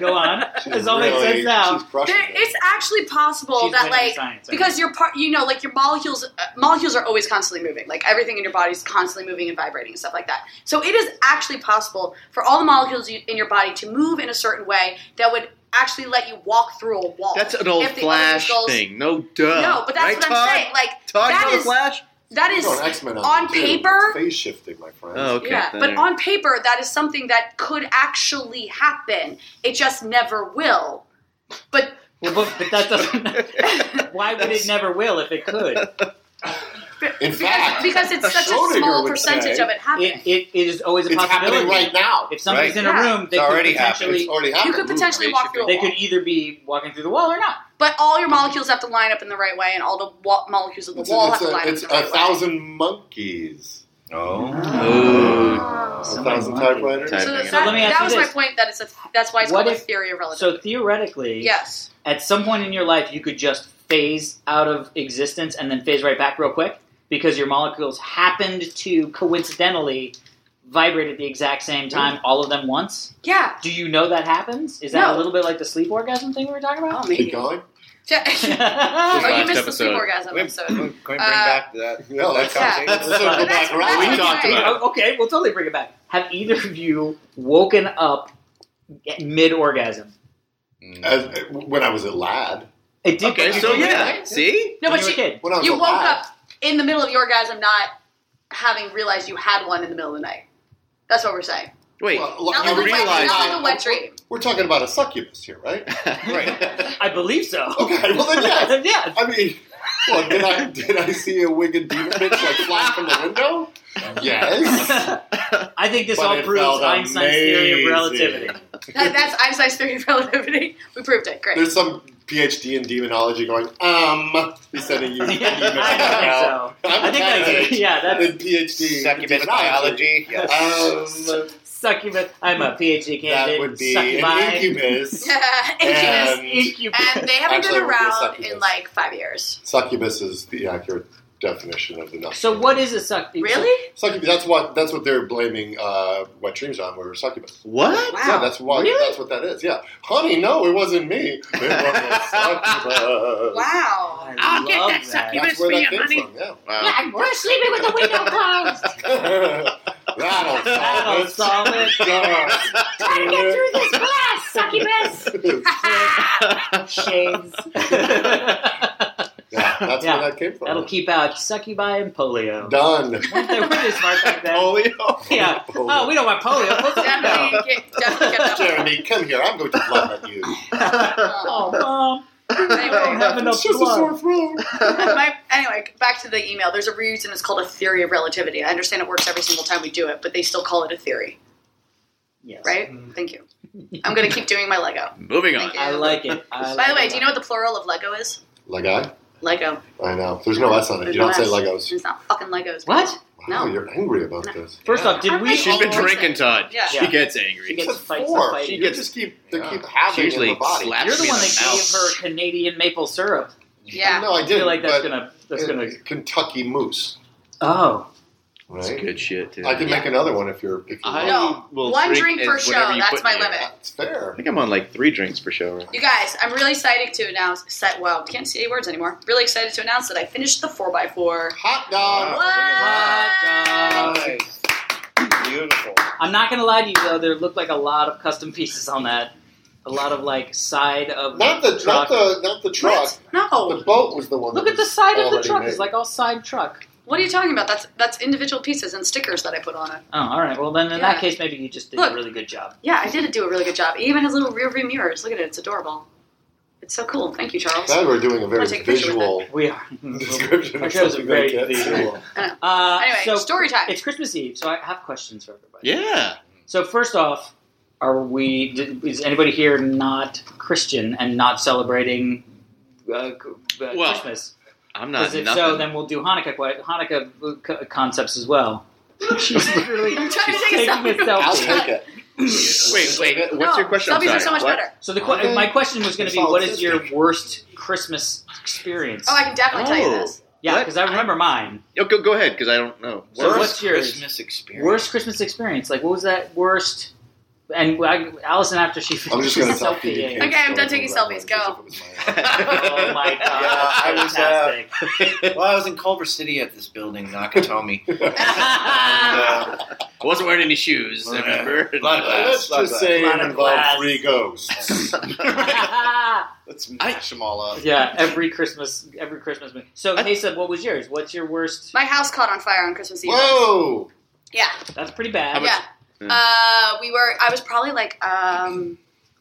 Go on.
She's
That's all makes sense
really-
now.
She's crushing
there,
it.
it's actually possible
She's
that
winning
like
science, I think.
because your part you know like your molecules uh, molecules are always constantly moving like everything in your body is constantly moving and vibrating and stuff like that so it is actually possible for all the molecules you, in your body to move in a certain way that would actually let you walk through a wall
That's an old
If the other
Flash
goes-
thing. No duh.
no but that's
right,
what i'm
Todd?
saying like
Todd, you
that
know the
is-
Flash?
that
She's
is
on X-Men
on
that, too.
paper-
It's phase shifting, my friend.
Oh, okay.
yeah,
then
but
there- <laughs>
on paper, that is something that could actually happen. It just never will. But
Well, but, but that
<laughs>
doesn't. <laughs> why would it never will if it could?
In fact,
because it's such a
Schrodinger
small
would
percentage
say-
of it happening.
It, it, it is always a
it's
possibility.
happening right now.
If somebody's
Right.
in a
Yeah.
room, they
It's
could
already happened.
potentially
It's already
you
happening.
could potentially
They
walk
should
through a
they
wall.
could either be walking through the wall or not.
But all your molecules have to line up in the right way, and all the wa- molecules of the
It's,
wall
it's
have to line
a,
up
it's
in the right
a thousand monkeys.
Oh.
Oh.
way.
A
Somebody
thousand
wanted-
typewriters.
Type-
So
Hang
that,
on.
So let me ask
that
you
was
this.
my point. That it's a, that's why it's
What
called
if-
a theory of relativity.
So theoretically,
yes,
at some point in your life, you could just phase out of existence and then phase right back real quick because your molecules happened to coincidentally vibrate at the exact same time, all of them once.
yeah.
Do you know that happens? Is that
No.
a little bit like the sleep orgasm thing we were talking
Oh,
about?
Keep
maybe. <laughs> Oh,
going.
you
Just
Are
last
missed the
episode.
sleep orgasm
Can we, can <laughs>
episode.
we bring
Uh,
back that?
No,
that
that's
Yeah.
conversation?
Let's circle
But that's-
back around.
that's
We talked
right.
about
you- oh, <laughs> okay, we'll totally bring it back. Have either of you woken up mid orgasm?
As, when I was a lad.
It did.
Okay, so
when you were a
yeah.
kid.
<laughs>
See?
No,
When
but
you were a
you,
kid.
When I was
you
a
woke
lad.
up in the middle of the orgasm, not having realized you had one in the middle of the night. That's what we're saying.
Wait.
Well,
Not
uh,
like, a
you
wet,
realize-
not like a wet
that-
dream.
We're talking about a succubus here, right?
right.
I believe so.
<laughs>
Okay, well then
<laughs>
yes.
yeah.
I mean, well, did
<laughs>
I did I see a wicked demon bitch like fly from the window? Yes.
<laughs> I I think this
But
all
it
proves
felt
Einstein's theory of
amazing. <laughs>
relativity.
<laughs>
<laughs>
That, that's Einstein's theory of relativity. We proved it. Great.
There's some PhD in demonology going, um, he's
<laughs>
sending you an email now.
I think so. I think I did. Yeah,
I'm
that's
a PhD in
Succubus biology.
demonology.
Yes.
Um,
succubus. I'm a PhD
that
candidate.
would be an
<laughs>
Succubi.
incubus.
Yeah,
And-
incubus.
Incubus.
And they haven't
Actually,
been
we're gonna
around
suck
in
this.
like five years.
Succubus is the accurate definition of the noun.
So what is a succubus?
Really?
Succubus, that's what that's what they're blaming uh, wet dreams on. Were succubus?
What?
Wow.
Yeah, that's why.
Really?
That's what that is. Yeah, honey, no, it wasn't me. It was a succubus.
Wow.
Oh, I
I'll get
love
that succubus.
That's where
for
that
you,
came
honey.
from. Yeah. <laughs>
Wow.
we're sleeping with the window closed.
That'll
That'll
solve
solve it.
Trying to get through this glass, succubus.
it.
Shades.
<laughs>
<laughs>
yeah, that's
Yeah.
where that came from.
That'll keep out succubi and
<laughs>
polio.
Done.
Weren't they really smart back then?
<laughs>
Polio.
Yeah. Oh, we don't want polio. Put
<laughs>
some
Definitely,
down.
get, definitely get that
<laughs> Jeremy, come here. I'm going to blow at you.
Oh,
<laughs>
mom.
one.
I don't
Anyway,
have enough
It's just a
blood.
sore throat.
my, anyway, back to the email. There's a reason it's called a theory of relativity. I understand it works every single time we do it, but they still call it a theory,
Yes.
right?
Mm-hmm.
Thank you. I'm going to keep doing my Lego.
Moving on.
Thank you.
I like it. I
By
like
the way,
it.
do you know what the plural of Lego is?
Lego?
Lego.
I know. There's no S on it. You don't say Legos.
It's not fucking Legos.
What?
Wow,
No.
you're angry about this.
First off, did
I'm
we?
She's been
Oh,
drinking, Todd.
Yeah.
She
Yeah.
gets
She
angry.
gets
It's
fights
four.
and fights.
She
You're
gets-
the
keep, they
Yeah.
keep having
She
in
usually
her body.
slaps me in
one that
the
gave her
mouth.
Canadian maple syrup.
Yeah.
No, I
I
didn't.
feel like that's
but
gonna. That's gonna.
Kentucky Moose.
Oh,
Right?
It's good shit, too.
I can make another one if you're. If you
I
want.
No,
will
one drink
drink
per
is
show.
whatever you
That's
put
my
in there.
limit.
That's fair.
I think I'm on like three drinks per show. Right?
You guys, I'm really excited to announce. Set, wow, can't say words anymore. Really excited to announce that I finished the 4x4.
Hot dog.
Hot dog.
Nice. Beautiful.
I'm not gonna lie to you though. There looked like a lot of custom pieces on that. A lot of like side of
Not the
truck.
not the not the truck. uh,
What? No.
The boat was the one.
Look
that
at the
was
side of the
already
truck.
made.
It's like all side truck.
What are you talking about? That's that's individual pieces and stickers that I put on it.
Oh, all right. Well, then in
Yeah.
that case, maybe you just did
Look.
a really good job.
Yeah, I did do a really good job. It even has little rear view mirrors. Look at it. It's adorable. It's so cool. Thank you, Charles.
Glad we're doing a very
Wanna take a picture with
visual
We are. <laughs>
<laughs> description.
Our
of
shows are
something
very
like that.
visual. Uh,
Anyway,
so
story time.
it's Christmas Eve, so I have questions for everybody.
Yeah.
So first off, are we? did- Is anybody here not Christian and not celebrating uh, c- uh,
Well,
Christmas?
I'm not
Because if
nothing.
so, then we'll do Hanukkah que- Hanukkah uh, co- concepts as well. She's literally
<laughs> I'm trying to
she's
take a
taking a
selfie. <laughs>
I'll
selfie.
take it.
wait, wait. What's
no,
your question? I'm
Selfies are
sorry.
so much
What?
better.
So the que-
Okay.
my question was going to
It's
be,
all
what is your
existing.
worst Christmas experience?
Oh, I can definitely tell you this.
yeah,
what?
because I remember mine.
Yo, go, go ahead, because I don't know.
So
Worst-
what's yours?
Christmas experience.
Worst Christmas experience? Like, what was that worst? And I, Allison, after she
I'm just going to
selfie.
selfie. you.
Okay, I'm done taking selfies. Go.
Oh my god!
<laughs> Yeah, I was, uh,
fantastic.
Well, I was in Culver City at this building, Nakatomi.
<laughs>
Uh,
Ah.
I wasn't wearing any shoes, I remember.
Lot of that.
Let's just say
Lot
it
of glass.
involved three ghosts. <laughs>
<laughs>
<laughs>
Let's mash them all up.
yeah, every Christmas, every Christmas. movie. So,
I-
Taysa, what was yours? What's your worst?
My house caught on fire on Christmas Eve.
Whoa!
Yeah.
That's pretty
How
bad.
much-
yeah.
Yeah.
Uh, we were. I was probably like um,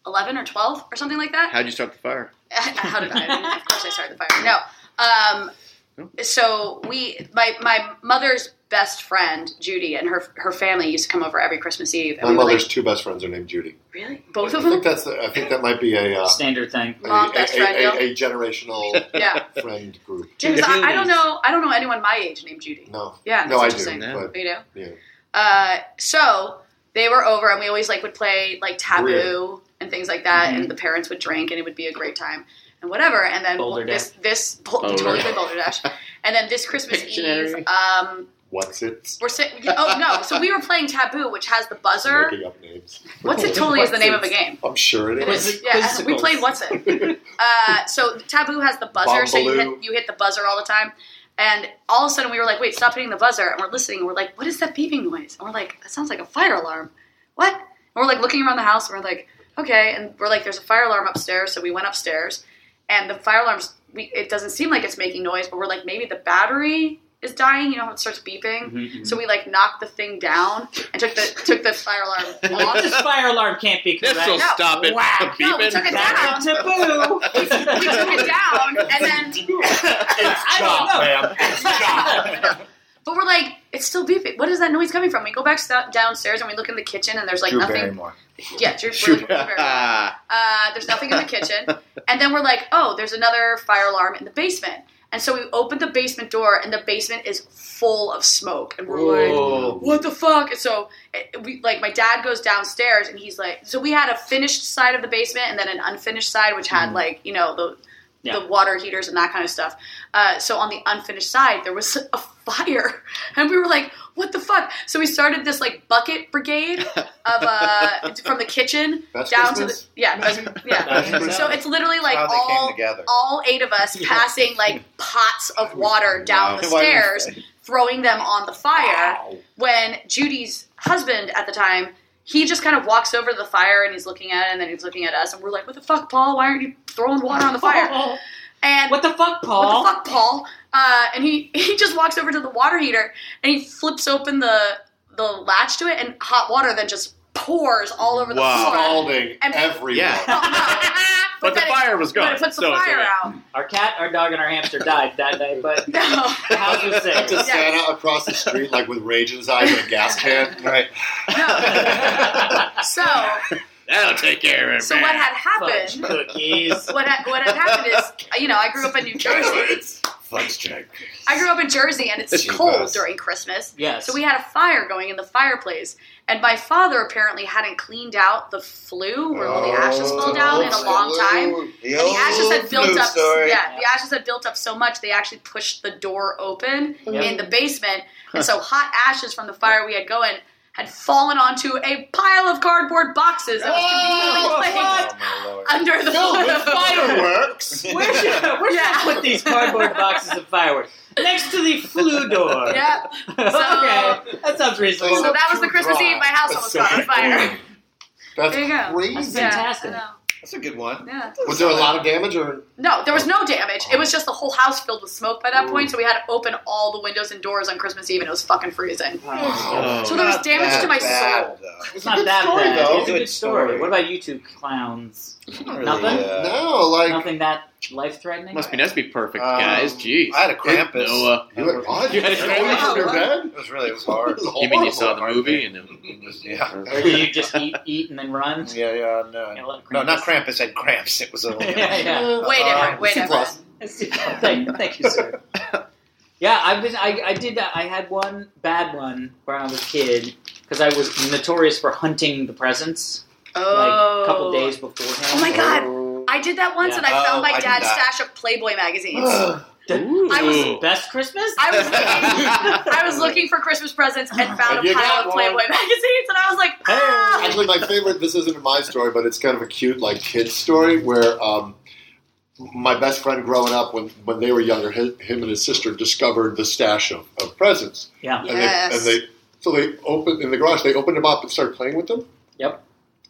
eleven or twelve or something like that.
How'd you start the fire?
<laughs> How did I? I mean, of course, I started the fire. No. Um, so we, my my mother's best friend Judy and her her family used to come over every Christmas Eve, and
My
we were
mother's
like,
two best friends are named Judy.
really, both
I
of them?
think that's. The, I think that might be a uh,
Standard thing.
a,
Mom,
a,
best friend,
a-
no?
a
<laughs>
generational
Yeah,
friend group.
James. I, I don't
Judy's.
know. I don't know anyone my age named Judy.
No,
Yeah, that's
no, I do.
interesting. Oh,
But
You know.
yeah.
Uh, so they were over, and we always like would play like Taboo
Weird.
and things like that,
Mhm.
Mm-hmm.
and the parents would drink, and it would be a great time and whatever. And then
Boulder
this this bul-
Boulder
totally
Dash.
played Boulder Dash, and then this Christmas
Pictionary.
Eve, um,
what's it?
we're sit- oh no, so we were playing Taboo, which has the buzzer.
Making up names.
What's it totally is the name of a
What's
game.
I'm sure it
It
is.
is. Yeah,
Quizzicles.
we played what's it. Uh, so Taboo has the buzzer, so you
Bombaloo.
hit you hit the buzzer all the time. And all of a sudden, we were like, "Wait, stop hitting the buzzer!" And we're listening. And we're like, "What is that beeping noise?" And we're like, "That sounds like a fire alarm." What? And we're like looking around the house. And we're like, "Okay." And we're like, "There's a fire alarm upstairs." So we went upstairs, and the fire alarms. We, it doesn't seem like it's making noise, but we're like, maybe the battery is dying. You know, how it starts beeping.
Mhm.
So we like knocked the thing down and took the took the fire alarm <laughs>
<laughs>
Like,
off.
this fire alarm can't be
This
correct.
will
No.
stop it.
Whack.
from
No, we
beeping.
took it down.
<laughs>
Back
<laughs>
to taboo.
we
<laughs>
took it down, and then
I don't know.
ma'am.
<laughs> But we're like, it's still beefy. What is that noise coming from? We go back st- downstairs and we look in the kitchen and there's like
Drew
nothing.
Barrymore.
Yeah, Drew,
Shoot.
Drew
<laughs>
Barrymore. Uh, there's nothing in the kitchen. And then we're like, oh, there's another fire alarm in the basement. And so we open the basement door, and the basement is full of smoke. And we're
Whoa.
like, what the fuck? And so eh, we like my dad goes downstairs, and he's like, so we had a finished side of the basement, and then an unfinished side, which had like you know the
Mm. Yeah.
the water heaters and that kind of stuff. Uh, so on the unfinished side, there was <laughs> a fire, and we were like, what the fuck? So we started this like bucket
<laughs>
brigade of uh, from the kitchen
That's
down
business.
to the yeah <laughs> yeah. So it's literally like
How they
all
came together.
all eight of us
<laughs> Yeah.
passing like pots of water down the
Why would you <laughs>
stairs, throwing them on the fire. When Judy's husband at the time, he just kind of walks over to the fire and he's looking at it, and then he's looking at us, and we're like, "What the fuck, Paul? Why aren't you throwing water on the
<laughs>
fire?" And
What the
what
fuck, Paul?
the fuck, Paul? Uh, and he, <laughs> he just walks over to the water heater and he flips open the the latch to it, and hot water then just pours all over the <laughs>
Wow.
floor.
Scalding
And-
everyone.
Yeah.
Oh, no.
But the
then it-
fire was gone.
But it puts the
so it's
fire
alright.
out. <laughs>
Our cat, our dog, and our hamster died that day, but
No.
the house was
Like the
safe.
Yeah.
Santa across the street, like with rage in his eyes and a gas
<laughs>
can. Right.
<laughs>
So,
That'll take care of it.
so what had
Fudge
happened?
cookies.
What had, what had happened is, you know, I grew up in New Jersey.
Fudge check.
I grew up in Jersey, and it's
That's
cold
US.
during Christmas.
Yes.
So we had a fire going in the fireplace, and my father apparently hadn't cleaned out the flue where all the ashes fell
Oh.
down in a long time.
The,
And the ashes had built up.
Story.
Yeah, the ashes had built up so much they actually pushed the door open
Yep.
in the basement, and so hot ashes from the fire we had going had fallen onto a pile of cardboard boxes that was completely
Whoa!
placed
Oh, my lord.
under <laughs> the
No,
floor.
with
<laughs>
fireworks.
Where should, where should
Yeah.
I put these cardboard boxes of fireworks? Next to the flue door. <laughs>
Yep.
okay, that sounds reasonable.
So that was the
Too
Christmas
dry.
Eve my house almost caught on fire.
That's
There you go.
That's
crazy.
Yeah,
fantastic.
I know.
That's a good one.
Yeah.
Was there a lot of damage or
No, there was no damage. It was just the whole house filled with smoke by that point, so we had to open all the windows and doors on Christmas Eve, and it was fucking freezing.
Oh,
So there was damage
That
to my
bad,
soul.
though.
It's not
Good
that
story,
bad.
though.
It's a good
Good
story.
story.
What about you two clowns?
Not really,
Nothing?
uh,
no? Like
Nothing that life threatening?
Must be nice to be perfect,
Um,
guys. Jeez.
I had a Krampus.
No, uh,
you were odd.
You had a
Only from your bed.
It was really hard.
you mean you saw the movie and
<laughs>
then
It
<laughs>
was- yeah.
or do you just eat, eat, and then run?
Yeah, yeah, no.
Yeah, let
No, not
Krampus-
Krampus. I had cramps.
<laughs>
It was a little.
Yeah, yeah.
Way
Uh,
different. Way
C
different.
plus.
<laughs> thank, thank you,
<laughs>
sir. Yeah, I've been. I, I did that. I had one bad one when I was a kid because I was notorious for hunting the presents like
Oh.
a couple days
<laughs>
beforehand.
Oh my god! I did that once,
Yeah.
and I found
Oh,
my
I did
dad's
that.
stash of Playboy magazines.
Ooh.
I was- <laughs>
Ooh.
best Christmas.
I was
<laughs>
looking, I was looking for Christmas presents and found
And
a
you
pile
got
of Playboy
one.
magazines, and I was like, ah.
Actually, my favorite. This isn't my story, but it's kind of a cute, like, kid story where um, my best friend growing up, when when they were younger, his, him and his sister discovered the stash of, of presents,
yeah.
and,
Yes.
they, and they so they opened in the garage. They opened them up and started playing with them.
Yep.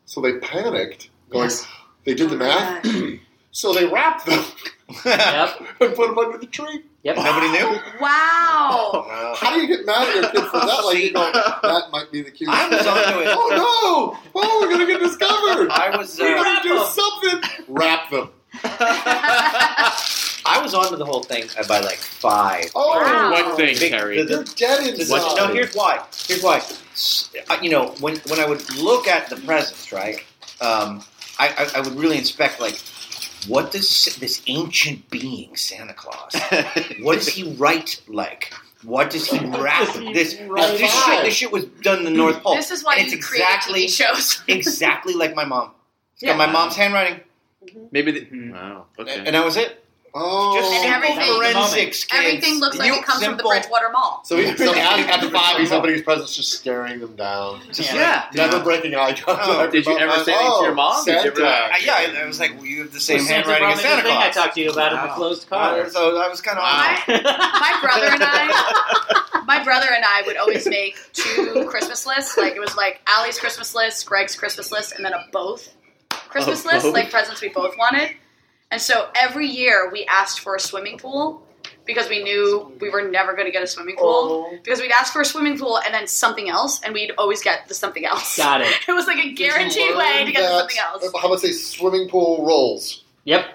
So they panicked. Going,
Yes.
They did the
Oh my
math.
God.
So they wrapped them <laughs>
<laughs>
Yep.
and put them under the tree.
Yep.
Nobody knew. <laughs>
Wow.
Oh,
No.
How do you get mad at your kid for that?
<laughs>
Like, you know, that might be the cue.
I was onto it.
Oh no! Oh, we're gonna get discovered.
I was.
We
<laughs>
Uh,
Wrap
gotta do
them.
something. Wrap them.
I was onto the whole thing by like five.
Oh,
Wow.
one thing,
Big-
Harry.
the-
you're dead
This is-
inside.
no, here's why. Here's why. S- uh, You know, when when I would look at the presents, right? Um, I, I, I would really inspect, like, what does this ancient being, Santa Claus, what does he write like? What does
<laughs>
he wrap?
does he
this
write
this, shit,
like?
this shit was done in the North
<laughs>
Pole.
This is why
And
you
Oh. it's
create
exactly
TV shows.
<laughs> exactly like my mom. It's
Yeah.
got my mom's handwriting,
<laughs> Maybe. The,
Hmm.
Mhm.
Wow.
and-
Okay.
and that was it.
Oh,
Just
And everything-
simple forensics. Kids.
Everything looks like
You-
it comes from the
simple-
Bridgewater Mall.
So, he, so at, at the five, he's somebody's presence, just staring them down,
Just-
Yeah.
yeah.
never breaking eye contact.
Oh,
did you ever
Oh,
say that to your mom? Did you
Santa.
ever-
Uh, yeah, I- I was like, well, you have the same
Was Santa
handwriting
Claus
as Santa
the thing I
Claus.
talked to you about in the
Wow.
closed
Uh,
car.
so I was kind of
Wow.
<laughs>
My brother and I,
<laughs>
my brother and I would always make two Christmas lists. Like it was like Allie's Christmas list, Greg's Christmas list, and then a both Christmas
A
list,
both?
like presents we both wanted. And so every year we asked for a swimming pool because we knew we were never going to get a swimming pool.
Oh.
Because we'd ask for a swimming pool and then something else, and we'd always get the something else.
Got it.
<laughs> It was like a
Did you
guaranteed
learn
way to get
that-
something else.
How about say swimming pool rolls?
Yep.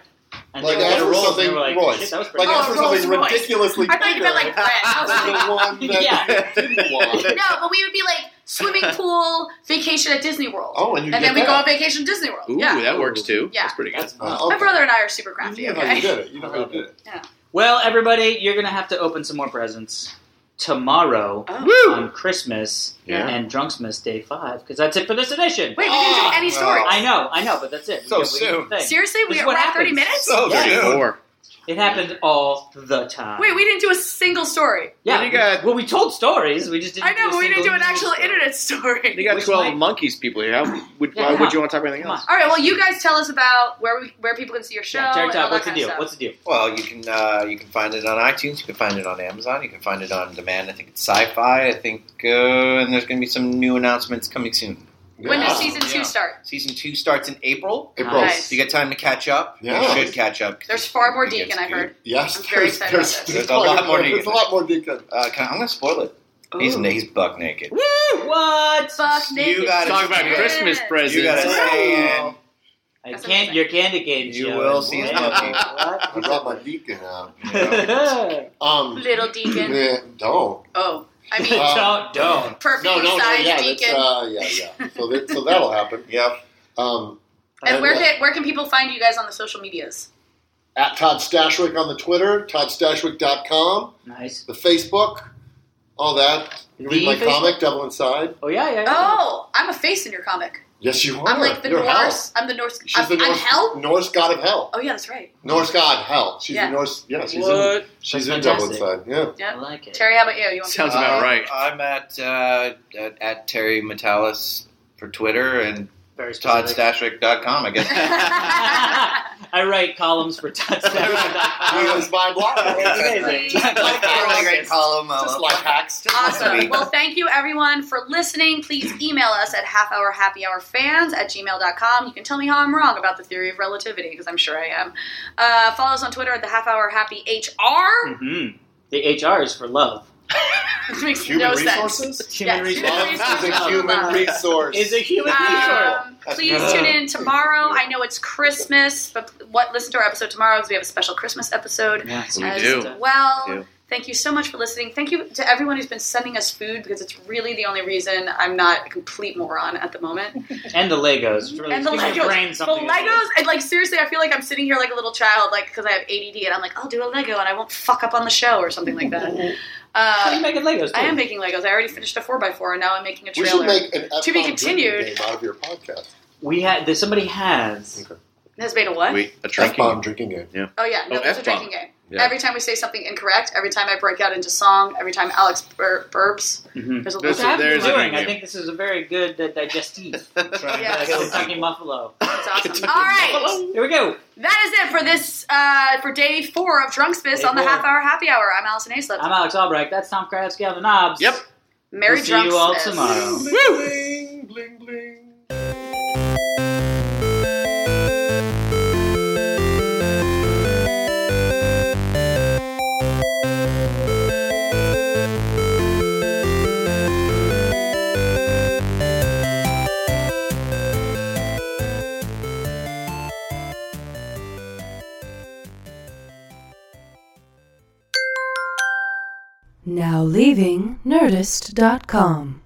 And
Like,
they were
after
rolling,
something-
they were like,
Royce.
Shit, that was pretty
Like
Oh,
good. <laughs>
after something
Rolls-Royce.
ridiculously
I thought you meant like
bigger
bread. I was
<laughs> than
like,
<laughs>
the
Um,
one that you didn't want.
no, but we would be like swimming pool, vacation at Disney World,
Oh, and you
and
did
then we
that.
go on vacation to Disney World.
Ooh,
yeah,
that works too.
Yeah.
That's pretty good.
That's
Uh,
awesome.
okay.
my brother and I are super
You
crafty.
know how you
Okay,
did it. You know how you did it.
Well, everybody, you're gonna have to open some more presents tomorrow
Oh.
on Christmas
Yeah.
and Drunksmas Day Five because that's it for this edition.
wait, we didn't do
Ah,
any
no.
stories.
I know, I know, but that's it. We
So
got- we got
soon.
the thing.
Seriously,
This
we
is
are
what
at thirty minutes.
happens.
Thirty-four.
It happened all the time.
Wait, we didn't do a single story.
yeah,
you got-
well, we told stories. We just didn't.
I know,
a
but we didn't do
single
an
news
actual
story.
internet story.
You got
Which
twelve
might-
monkeys people here. How would,
Yeah,
why
come
would you want to talk about anything
Come
else?
All right, well, you guys tell us about where we where people can see your show.
Yeah, Terry
and
Todd,
all that
what's the
kind of
deal?
stuff.
What's the deal?
Well, you can uh, you can find it on iTunes. You can find it on Amazon. You can find it on demand. I think it's Sci-Fi. I think, uh, and there's going to be some new announcements coming soon.
When
Yeah.
does season two
Yeah.
start?
Season two starts in April.
April.
Nice.
So you got time to catch up.
Yeah.
You should catch up.
There's far more
It gets
Deacon, I've
good.
heard.
Yes,
I'm very
there's,
excited
there's,
about this.
There's a lot more
There's a
Deacon.
lot more
<laughs>
Deacon.
Uh, can I, I'm going to spoil it. He's na- he's buck naked.
Woo! What?
Fuck naked.
gotta-
Talk about
Yes.
Christmas presents.
You got to stay
<laughs>
in.
I
That's
can't.
amazing.
You're candid gated.
You
Joe.
will see his
What?
puppy.
I brought my Deacon out.
What?
Um,
Little Deacon.
eh, don't.
Oh, I
<laughs>
mean,
Uh,
don't don't.
perfectly
No, no, no.
sized
Yeah, that's,
Deacon.
uh, yeah, yeah. So, that, so that'll happen.
Yep.
Um,
and where
uh,
can where can people find you guys on the social medias?
at Todd Stashwick on the Twitter, toddstashwick.com,
Nice.
the Facebook, all that. You can read
The
my
Facebook?
comic, Devil Inside.
Oh yeah, yeah. yeah.
Oh, I'm a face in your comic.
Yes, you are.
I'm like the
Oh, You're hell.
Norse. I'm the Norse.
She's
I'm,
the Norse,
I'm hell.
Norse god of hell.
Oh yeah, that's right.
Norse god hell. She's
Yeah.
the Norse. Yeah, she's in.
What?
She's
That's
in Devil
fantastic.
Inside. Yeah.
I
Yep.
like it.
Terry, how about you? You want
Sounds about
<laughs>
Uh,
right.
I'm at, uh, at at Terry Metalis for Twitter and
Very specific.
ToddStashwick.com.
<laughs>
I guess.
I write columns for Todd
That was my blog.
<laughs>
Amazing.
Just <laughs> like that really great column. uh,
Just like hacks.
Awesome. Well, thank you everyone for listening. Please email us at halfhourhappyhourfans at gmail.com. You can tell me how I'm wrong about the theory of relativity, because I'm sure I am. Uh, follow us on Twitter at the half hour happy HR.
hmm The HR is for love.
Which makes
Human
no sense.
resources?
Human
Yes,
resource.
human
Love is a
Love.
human resource.
Is a human resource.
Um, please tune in tomorrow. I know it's Christmas, but what listen to our episode tomorrow because we have a special Christmas episode
Yes,
uh,
We
as
do.
well.
We do.
Thank you so much for listening. Thank you to everyone who's been sending us food because it's really the only reason I'm not a complete moron at the moment.
And the Legos. It's Really
and the
gives
Legos.
Your brain
the
something to do.
Legos, and like seriously, I feel like I'm sitting here like a little child, like because I have ADD, and I'm like, I'll do a Lego, and I won't fuck up on the show or something like that. <laughs>
How are you
Uh,
making Legos? Too?
I am making Legos. I already finished a four x four, and now I'm making a
we
trailer.
should make
To
an
be
F-bomb drinking
continued.
game out of your podcast.
We had. that Somebody has.
Has made a what?
Wait, a
F-bomb
drinking.
drinking game.
Oh yeah, no,
Oh,
that's a
F-bomb.
drinking game.
Yeah.
Every time we say something incorrect, every time I break out into song, every time Alex bur- burps,
Mhm.
there's a
There's
What's
little.
a-
happening?
there's a
doing?
new
I
game.
think this is a very good uh, digestive.
Yes.
Uh, Kentucky Muffalo.
It's awesome.
<laughs> Kentucky
All right,
Here we go.
that is it for this uh, for day four of Drunk Spiss
Day
on the
four.
Half Hour Happy Hour. I'm Allison Aislip.
I'm Alex Albrecht. That's Tom Kravsky on the knobs.
Yep.
Merry
We'll see
Drunk
you all
Spiss.
tomorrow.
Bling, bling, bling.
Now leaving Nerdist.com.